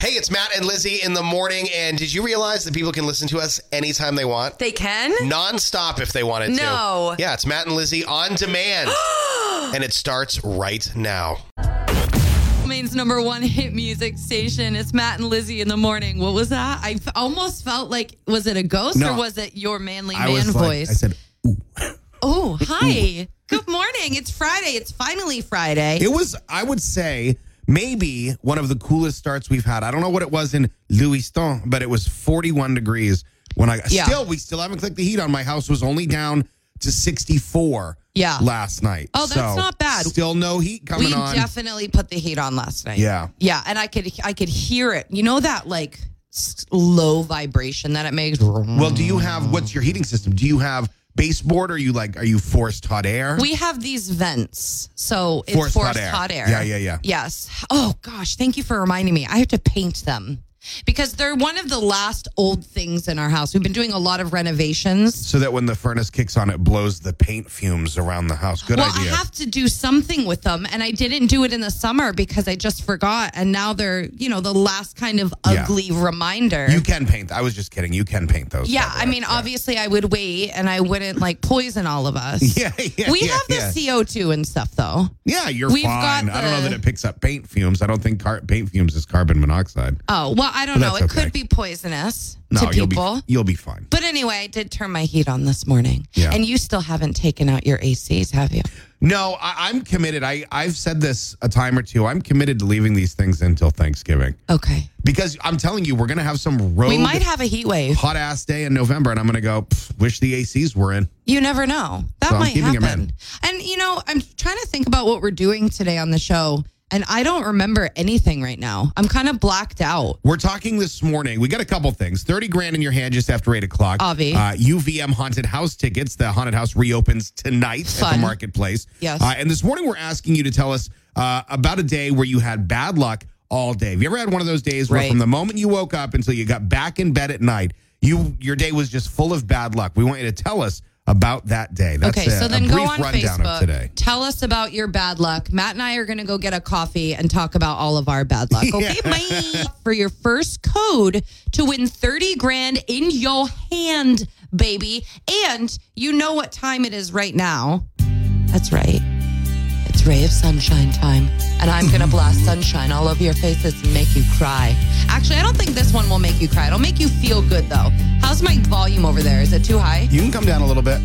It's Matt and Lizzie in the morning. And did you realize that people can listen to us anytime they want? They can? Nonstop if they wanted to. No. Yeah, it's Matt and Lizzie on demand. and it starts right now. Maine's number one hit music station. It's Matt and Lizzie in the morning. What was that? I f- almost felt like, was it a ghost No. or was it your manly I man was like- voice? I said, ooh. oh, hi. Good morning. It's Friday. It's finally Friday. It was, I would say, maybe one of the coolest starts we've had. I don't know what it was in Lewiston, but it was 41 degrees when I Yeah. still, we still haven't clicked the heat on. My house was only down to 64 Yeah. last night. Oh, that's not bad. Still no heat coming we on. definitely put the heat on last night. Yeah. Yeah, and I could I could hear it. You know that like s- low vibration that it makes. well, do you have, what's your heating system? Do you have baseboard? Or are you like, are you forced hot air? We have these vents, so it's Forced forced, hot hot, air. air. Yeah, yeah, yeah. Yes. Oh gosh, thank you for reminding me. I have to paint them because they're one of the last old things in our house. We've been doing a lot of renovations. so that when the furnace kicks on, it blows the paint fumes around the house. Good well, idea. I have to do something with them, and I didn't do it in the summer because I just forgot. And now they're, you know, the last kind of Yeah. ugly reminder. you can paint. I was just kidding. You can paint those. Yeah, by the I way. mean, obviously, I would wait and I wouldn't like poison all of us. Yeah, yeah, we yeah, have the yeah. CO2 and stuff, though. Yeah, you're We've got fine. I don't know the- that it picks up paint fumes. I don't think car- paint fumes is carbon monoxide. Oh, well, I don't But know. It that's okay. could be poisonous No, to you'll people. be you'll be fine. but anyway, I did turn my heat on this morning. Yeah. And you still haven't taken out your ACs, have you? No, I, I'm committed. I I've said this a time or two. I'm committed to leaving these things until Thanksgiving Okay. because I'm telling you, we're gonna have some road We might have a heat wave. hot ass day in November, and I'm gonna go. "Pff, Wish the ACs were in. You never know. That So I'm might keeping 'em happen. And, you know, I'm trying to think about what we're doing today on the show. And I don't remember anything right now. I'm kind of blacked out. We're talking this morning. We got a couple things. Thirty grand in your hand just after eight o'clock. Avi. Uh, UVM haunted house tickets. The haunted house reopens tonight at the Fun. marketplace. Yes. Uh, and this morning we're asking you to tell us uh, about a day where you had bad luck all day. Have you ever had one of those days where Right. from the moment you woke up until you got back in bed at night, you your day was just full of bad luck? We want you to tell us about that day. That's Okay, a, so a then brief go on rundown Facebook. of today. Tell us about your bad luck. Matt and I are going to go get a coffee and talk about all of our bad luck. Okay, bye. For your first code to win 30 grand in your hand, baby. And you know what time it is right now. That's right. It's Ray of Sunshine time. And I'm going to blast sunshine all over your faces and make you cry. Actually, I don't think this one will make you cry. It'll make you feel good, though. How's my volume over there? Is it too high? You can come down a little bit.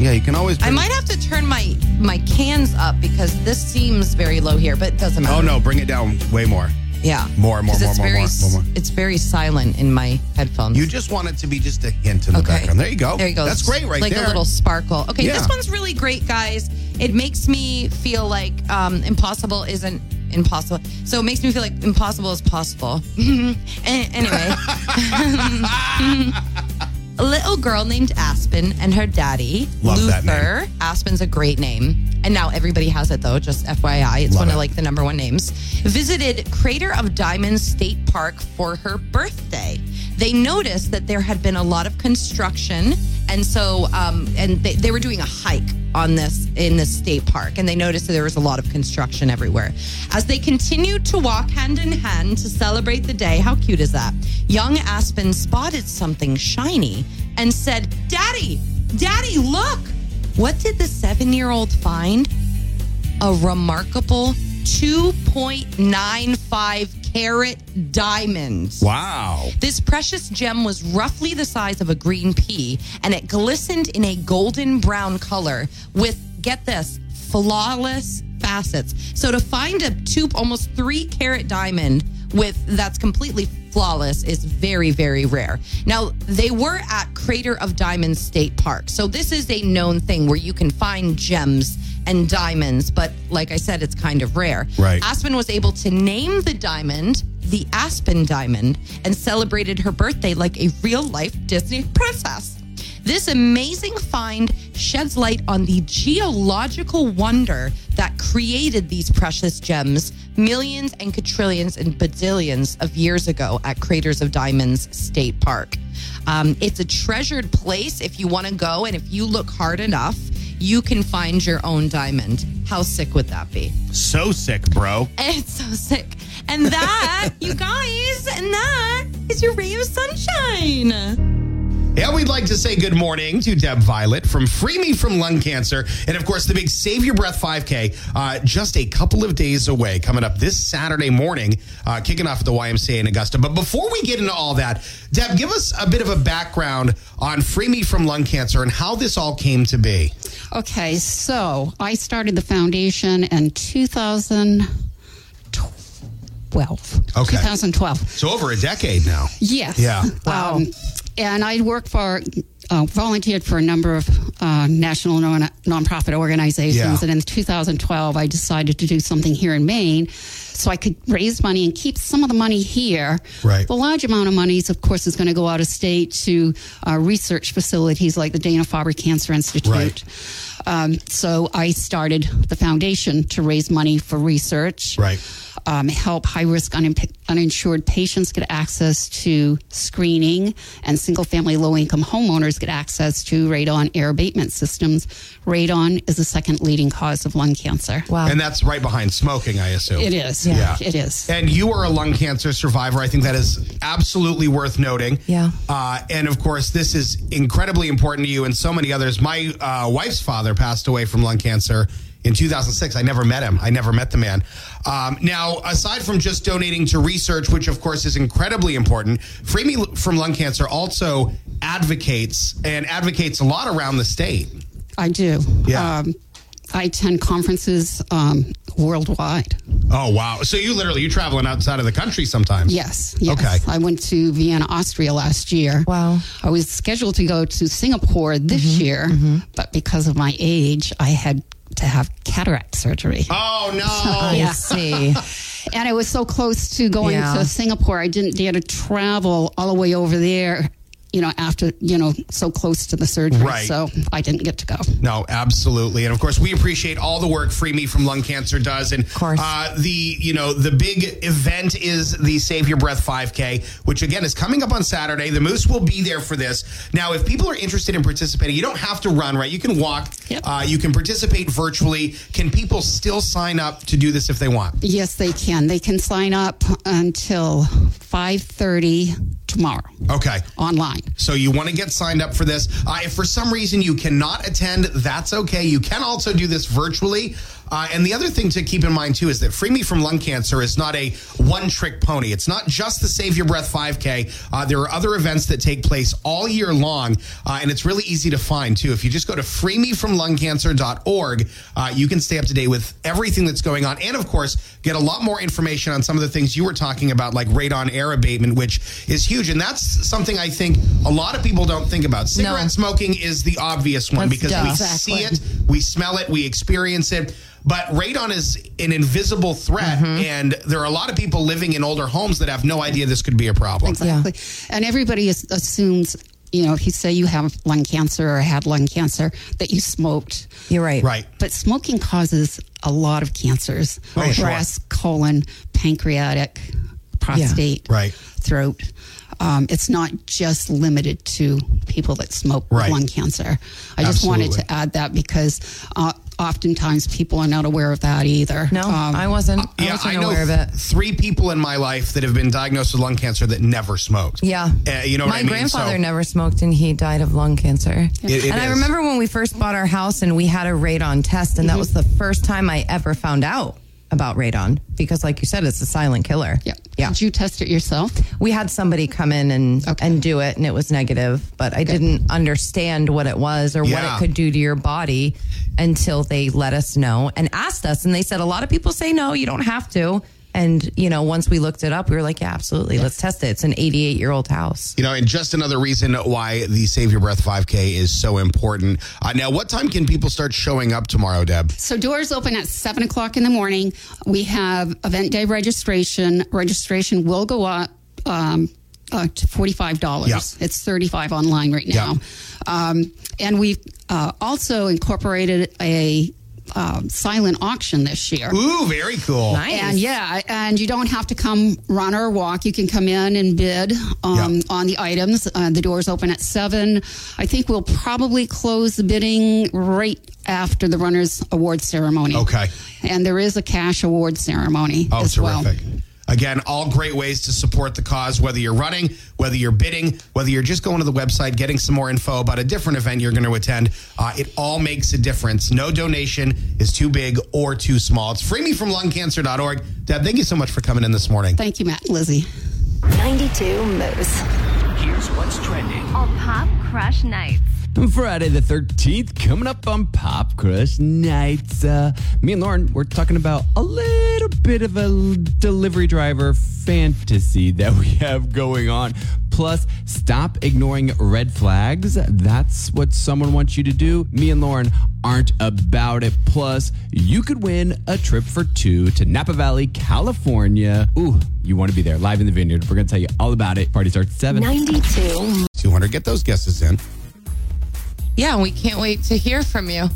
Yeah, you can always. I bring- might have to turn my my cans up because this seems very low here, but it doesn't matter. Oh no, bring it down way more. Yeah. More, more, 'Cause more, it's more, very, more, s- more, more. It's very silent in my headphones. You just want it to be just a hint in the Okay. background. There you go. There you go. That's great right like there. a little sparkle. Okay, Yeah. this one's really great, guys. It makes me feel like um, impossible isn't impossible. So it makes me feel like impossible is possible. An- anyway. a little girl named Aspen and her daddy, Love that Luther. Aspen's a great name. And now everybody has it though, just FYI. It's Love one it. of like the number one names. Visited Crater of Diamonds State Park for her birthday. They noticed that there had been a lot of construction. And so, um, and they, they were doing a hike on this in the state park, and they noticed that there was a lot of construction everywhere. As they continued to walk hand in hand to celebrate the day, how cute is that? Young Aspen spotted something shiny and said, Daddy, Daddy, look! What did the seven year old find? A remarkable 2.95 carat diamond. wow. This precious gem was roughly the size of a green pea and it glistened in a golden brown color with, get this, flawless facets. So to find a two, almost three carat diamond with that's completely flawless is very, very rare. Now, they were at Crater of Diamonds State Park. So this is a known thing where you can find gems and diamonds, but like I said, it's kind of rare. Right. Aspen was able to name the diamond the Aspen Diamond and celebrated her birthday like a real life Disney princess. This amazing find sheds light on the geological wonder that created these precious gems millions and quadrillions and bazillions of years ago at Craters of Diamonds State Park. Um, it's a treasured place if you want to go, and if you look hard enough, you can find your own diamond. How sick would that be? So sick, bro. It's so sick. And that, you guys, He's your ray of sunshine. Yeah, we'd like to say good morning to Deb Violet from Free Me from Lung Cancer. And of course, the big Save Your Breath 5K, uh, just a couple of days away, coming up this Saturday morning, uh, kicking off at the YMCA in Augusta. But before we get into all that, Deb, give us a bit of a background on Free Me from Lung Cancer and how this all came to be. Okay, so I started the foundation in 2012. Okay. 2012. So over a decade now. Yes. Yeah. Wow. Um, and I worked for, uh, volunteered for a number of uh, national non- nonprofit organizations. Yeah. And in 2012, I decided to do something here in Maine so I could raise money and keep some of the money here. Right. The large amount of money, is, of course, is going to go out of state to uh, research facilities like the Dana Farber Cancer Institute. Right. Um, so I started the foundation to raise money for research. Right. Um, help high risk unim- uninsured patients get access to screening, and single family low income homeowners get access to radon air abatement systems. Radon is the second leading cause of lung cancer. Wow. And that's right behind smoking, I assume. It is. Yeah. It is. And you are a lung cancer survivor. I think that is absolutely worth noting. Yeah. Uh, and of course, this is incredibly important to you and so many others. My uh, wife's father passed away from lung cancer in 2006. I never met him. I never met the man. Um, now, aside from just donating to research, which of course is incredibly important, Free Me from Lung Cancer also advocates and advocates a lot around the state. I do. Yeah. Um, I attend conferences um, worldwide. Oh wow! So you literally you're traveling outside of the country sometimes. Yes, yes. Okay. I went to Vienna, Austria last year. Wow. Mm-hmm, I was scheduled to go to Singapore this year, but because of my age, I had to have cataract surgery. Oh no! I see. And I was so close to going Yeah. to Singapore, I didn't dare to travel all the way over there. You know, after you know, so close to the surgery, Right. so I didn't get to go. No, absolutely, and of course we appreciate all the work Free Me from Lung Cancer does, and of course. uh, the you know the big event is the Save Your Breath 5K, which again is coming up on Saturday. The Moose will be there for this. Now, if people are interested in participating, you don't have to run, right? You can walk, Yep. uh, you can participate virtually. Can people still sign up to do this if they want? Yes, they can. They can sign up until five thirty tomorrow Okay. online. So you want to get signed up for this. Uh, if for some reason you cannot attend, that's okay. You can also do this virtually. Uh, and the other thing to keep in mind too is that Free Me from Lung Cancer is not a one-trick pony. It's not just the Save Your Breath 5K. Uh, there are other events that take place all year long, uh, and it's really easy to find too. If you just go to freemefromlungcancer.org, uh, you can stay up to date with everything that's going on, and of course, get a lot more information on some of the things you were talking about, like radon air abatement, which is huge. And that's something I think a lot of people don't think about. Cigarette smoking is the obvious one That's because dumb. we Exactly. see it, we smell it, we experience it. But uh, radon is an invisible threat, Mm-hmm. and there are a lot of people living in older homes that have no idea this could be a problem. Exactly. And everybody is, assumes, you know, if you say you have lung cancer or had lung cancer, that you smoked. You're right. Right. But smoking causes a lot of cancers Oh, sure. breast, colon, pancreatic, prostate, Right. throat. Um, it's not just limited to people that smoke Right. lung cancer. I just wanted Absolutely. to add that because uh, oftentimes people are not aware of that either. No, Um, I wasn't. I Yeah, wasn't I know aware of it. th- three people in my life that have been diagnosed with lung cancer that never smoked. Yeah. Uh, you know what My I mean? grandfather So- never smoked and he died of lung cancer. It- it and I is. remember when we first bought our house and we had a radon test, and that was the first time I ever found out about radon because, like you said, it's a silent killer. yeah. Yeah. Did you test it yourself? We had somebody come in and, and do it, and it was negative, but I didn't understand what it was or what Yeah. it could do to your body until they let us know and asked us. And they said, a lot of people say, no, you don't have to. And, you know, once we looked it up, we were like, yeah, absolutely. Let's test it. It's an 88 year old house. You know, and just another reason why the Save Your Breath 5K is so important. Uh, now, what time can people start showing up tomorrow, Deb? So doors open at seven o'clock in the morning. We have event day registration. Registration will go up um, uh, to forty-five dollars. Yeah. It's thirty-five online right now, um, and we've uh, also incorporated a um, silent auction this year. Ooh, very cool. And yeah, and you don't have to come run or walk. You can come in and bid um, Yeah. on the items. Uh, the doors open at seven. I think we'll probably close the bidding right after the runners award ceremony. Okay. And there is a cash award ceremony. Oh, as terrific. Well. Again, all great ways to support the cause, whether you're running, whether you're bidding, whether you're just going to the website, getting some more info about a different event you're going to attend. Uh, it all makes a difference. No donation is too big or too small. It's freemefromlungcancer.org. Deb, thank you so much for coming in this morning. Thank you, Matt and Lizzie. 92 Moose. Here's what's trending. On Pop Crush Nights. Friday the 13th, coming up on Pop Crush Nights. Uh, me and Lauren, we're talking about a little bit of a l- delivery driver fantasy that we have going on. Plus, stop ignoring red flags. That's what someone wants you to do. Me and Lauren aren't about it. Plus, you could win a trip for two to Napa Valley, California. Ooh, you want to be there, live in the vineyard. We're going to tell you all about it. Party starts at 7. 92. 200, get those guesses in. Yeah, we can't wait to hear from you.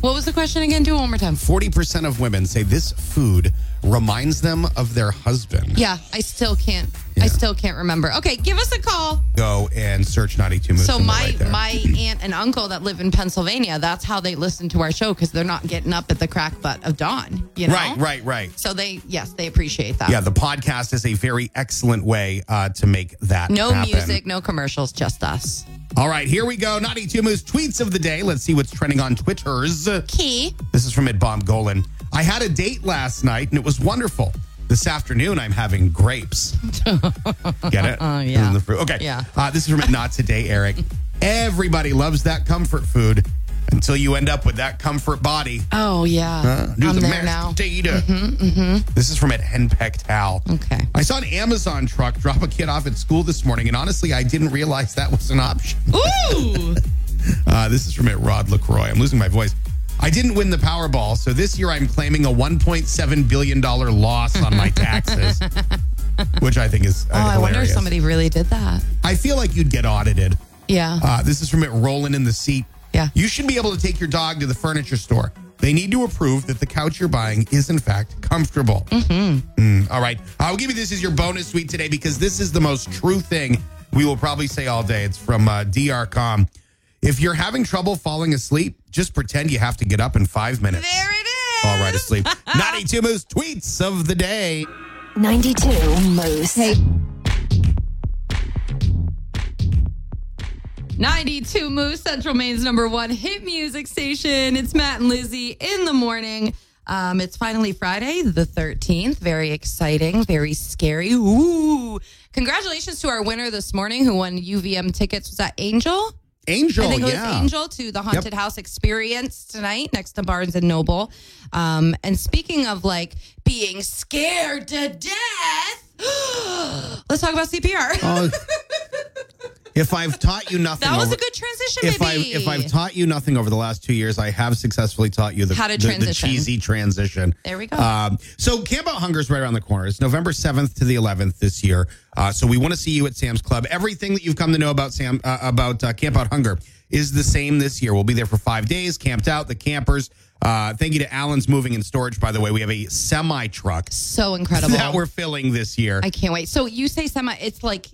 What was the question again? Do it one more time. 40% of women say this food reminds them of their husband. Yeah, I still can't. I still can't remember. Okay, give us a call. Go and search 92 Moves. So and we're my right there. my aunt and uncle that live in Pennsylvania, that's how they listen to our show because they're not getting up at the crack butt of dawn. You know, Right, right, right. So they yes, they appreciate that. Yeah, the podcast is a very excellent way uh, to make that no happen. music, no commercials, just us. All right, here we go. Naughty Two Moose tweets of the day. Let's see what's trending on Twitters. This Key. is from Bomb Golan. I had a date last night and it was wonderful. This afternoon, I'm having grapes. Get it? Oh, Uh-huh, yeah. The fruit. Okay. Yeah. Uh, this is from Not Today, Eric. Everybody loves that comfort food until you end up with that comfort body. Oh yeah. Do I'm the there mashed now. Mm-hmm, potato. This is from at Henpeck Tal. Okay. I saw an Amazon truck drop a kid off at school this morning, and honestly, I didn't realize that was an option. Ooh. Uh, this is from at Rod LaCroix. I'm losing my voice. I didn't win the Powerball, so this year I'm claiming a $1.7 billion loss on my taxes, which I think is uh, Oh, I hilarious. wonder if somebody really did that. I feel like you'd get audited. Yeah. Uh, this is from it rolling in the seat. Yeah. You should be able to take your dog to the furniture store. They need to approve that the couch you're buying is, in fact, comfortable. Mm-hmm. Mm, all right. I'll give you this as your bonus suite today because this is the most true thing we will probably say all day. It's from uh, DRCOM. If you're having trouble falling asleep, just pretend you have to get up in five minutes. there it is. All right, asleep. Naughty Tumu's tweets of the day. 92 Moose. 92 Moose, Central Maine's number one hit music station. It's Matt and Lizzie in the morning. Um, it's finally Friday, the 13th. Very exciting, very scary. Ooh. Congratulations to our winner this morning who won UVM tickets. Was that Angel? Angel, I think it Oh, yeah. was Angel to the Haunted House Experience tonight next to Barnes and Noble. Um, and speaking of like being scared to death, let's talk about CPR. Oh, if I've taught you nothing, that was over- a good transition, if I've, baby. if I've taught you nothing over the last two years, I have successfully taught you the, How to the- the transition. cheesy transition. There we go. Um, so Camp Out Hunger is right around the corner. It's November 7th to the 11th this year. Uh, so we want to see you at Sam's Club. Everything that you've come to know about Sam uh, about uh, Camp Out Hunger is the same this year. We'll be there for five days, camped out, the campers. Uh, thank you to Allen's Moving and Storage, by the way. We have a semi truck so incredible. that we're filling this year. I can't wait. So you say semi? It's like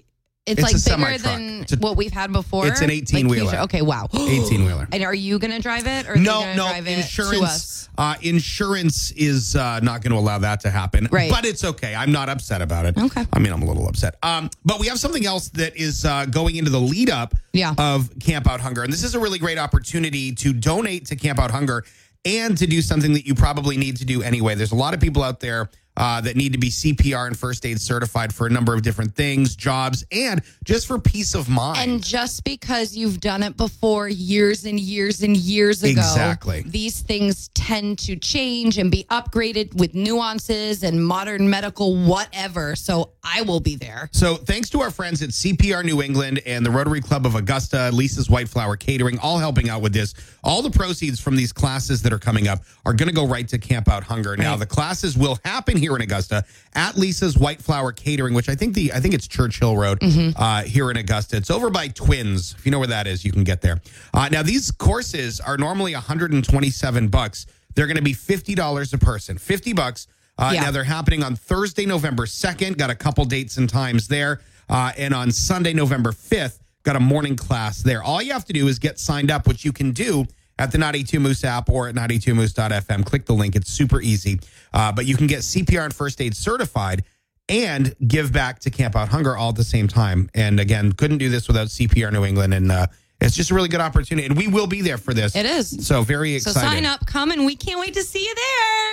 it's, It's like a bigger semi-truck. than It's a- what we've had before. It's an Like 18-wheeler. huge- Okay, wow. 18 wheeler. And are you gonna drive it or are no, they gonna no. drive it Insurance, to us? Uh, insurance is uh, not going to allow that to happen. Right. but it's okay. I'm not upset about it. Okay. I mean, I'm a little upset. Um, but we have something else that is uh, going into the lead up. Yeah. Of Camp Out Hunger, and this is a really great opportunity to donate to Camp Out Hunger and to do something that you probably need to do anyway. There's a lot of people out there. Uh, that need to be CPR and first aid certified for a number of different things, jobs, and just for peace of mind. And just because you've done it before years and years and years ago, Exactly. these things tend to change and be upgraded with nuances and modern medical whatever. So I will be there. So, thanks to our friends at CPR New England and the Rotary Club of Augusta, Lisa's White Flower Catering, all helping out with this. All the proceeds from these classes that are coming up are going to go right to Camp Out Hunger. Now, the classes will happen here in Augusta at Lisa's White Flower Catering, which I think the I think it's Churchill Road uh, here in Augusta. It's over by Twins. If you know where that is, you can get there. Uh, now, these courses are normally 127 bucks. They're going to be fifty dollars a person. Fifty bucks. Uh, Yeah. Now they're happening on Thursday, November 2nd. Got a couple dates and times there. Uh, and on Sunday, November 5th, got a morning class there. All you have to do is get signed up, which you can do at the Naughty 2 Moose app or at Naughty2Moose.fm. Click the link. It's super easy. Uh, but you can get CPR and first aid certified and give back to Camp Out Hunger all at the same time. And again, couldn't do this without CPR New England. And uh, it's just a really good opportunity. And we will be there for this. It is. So very So excited. sign up, come, and we can't wait to see you there.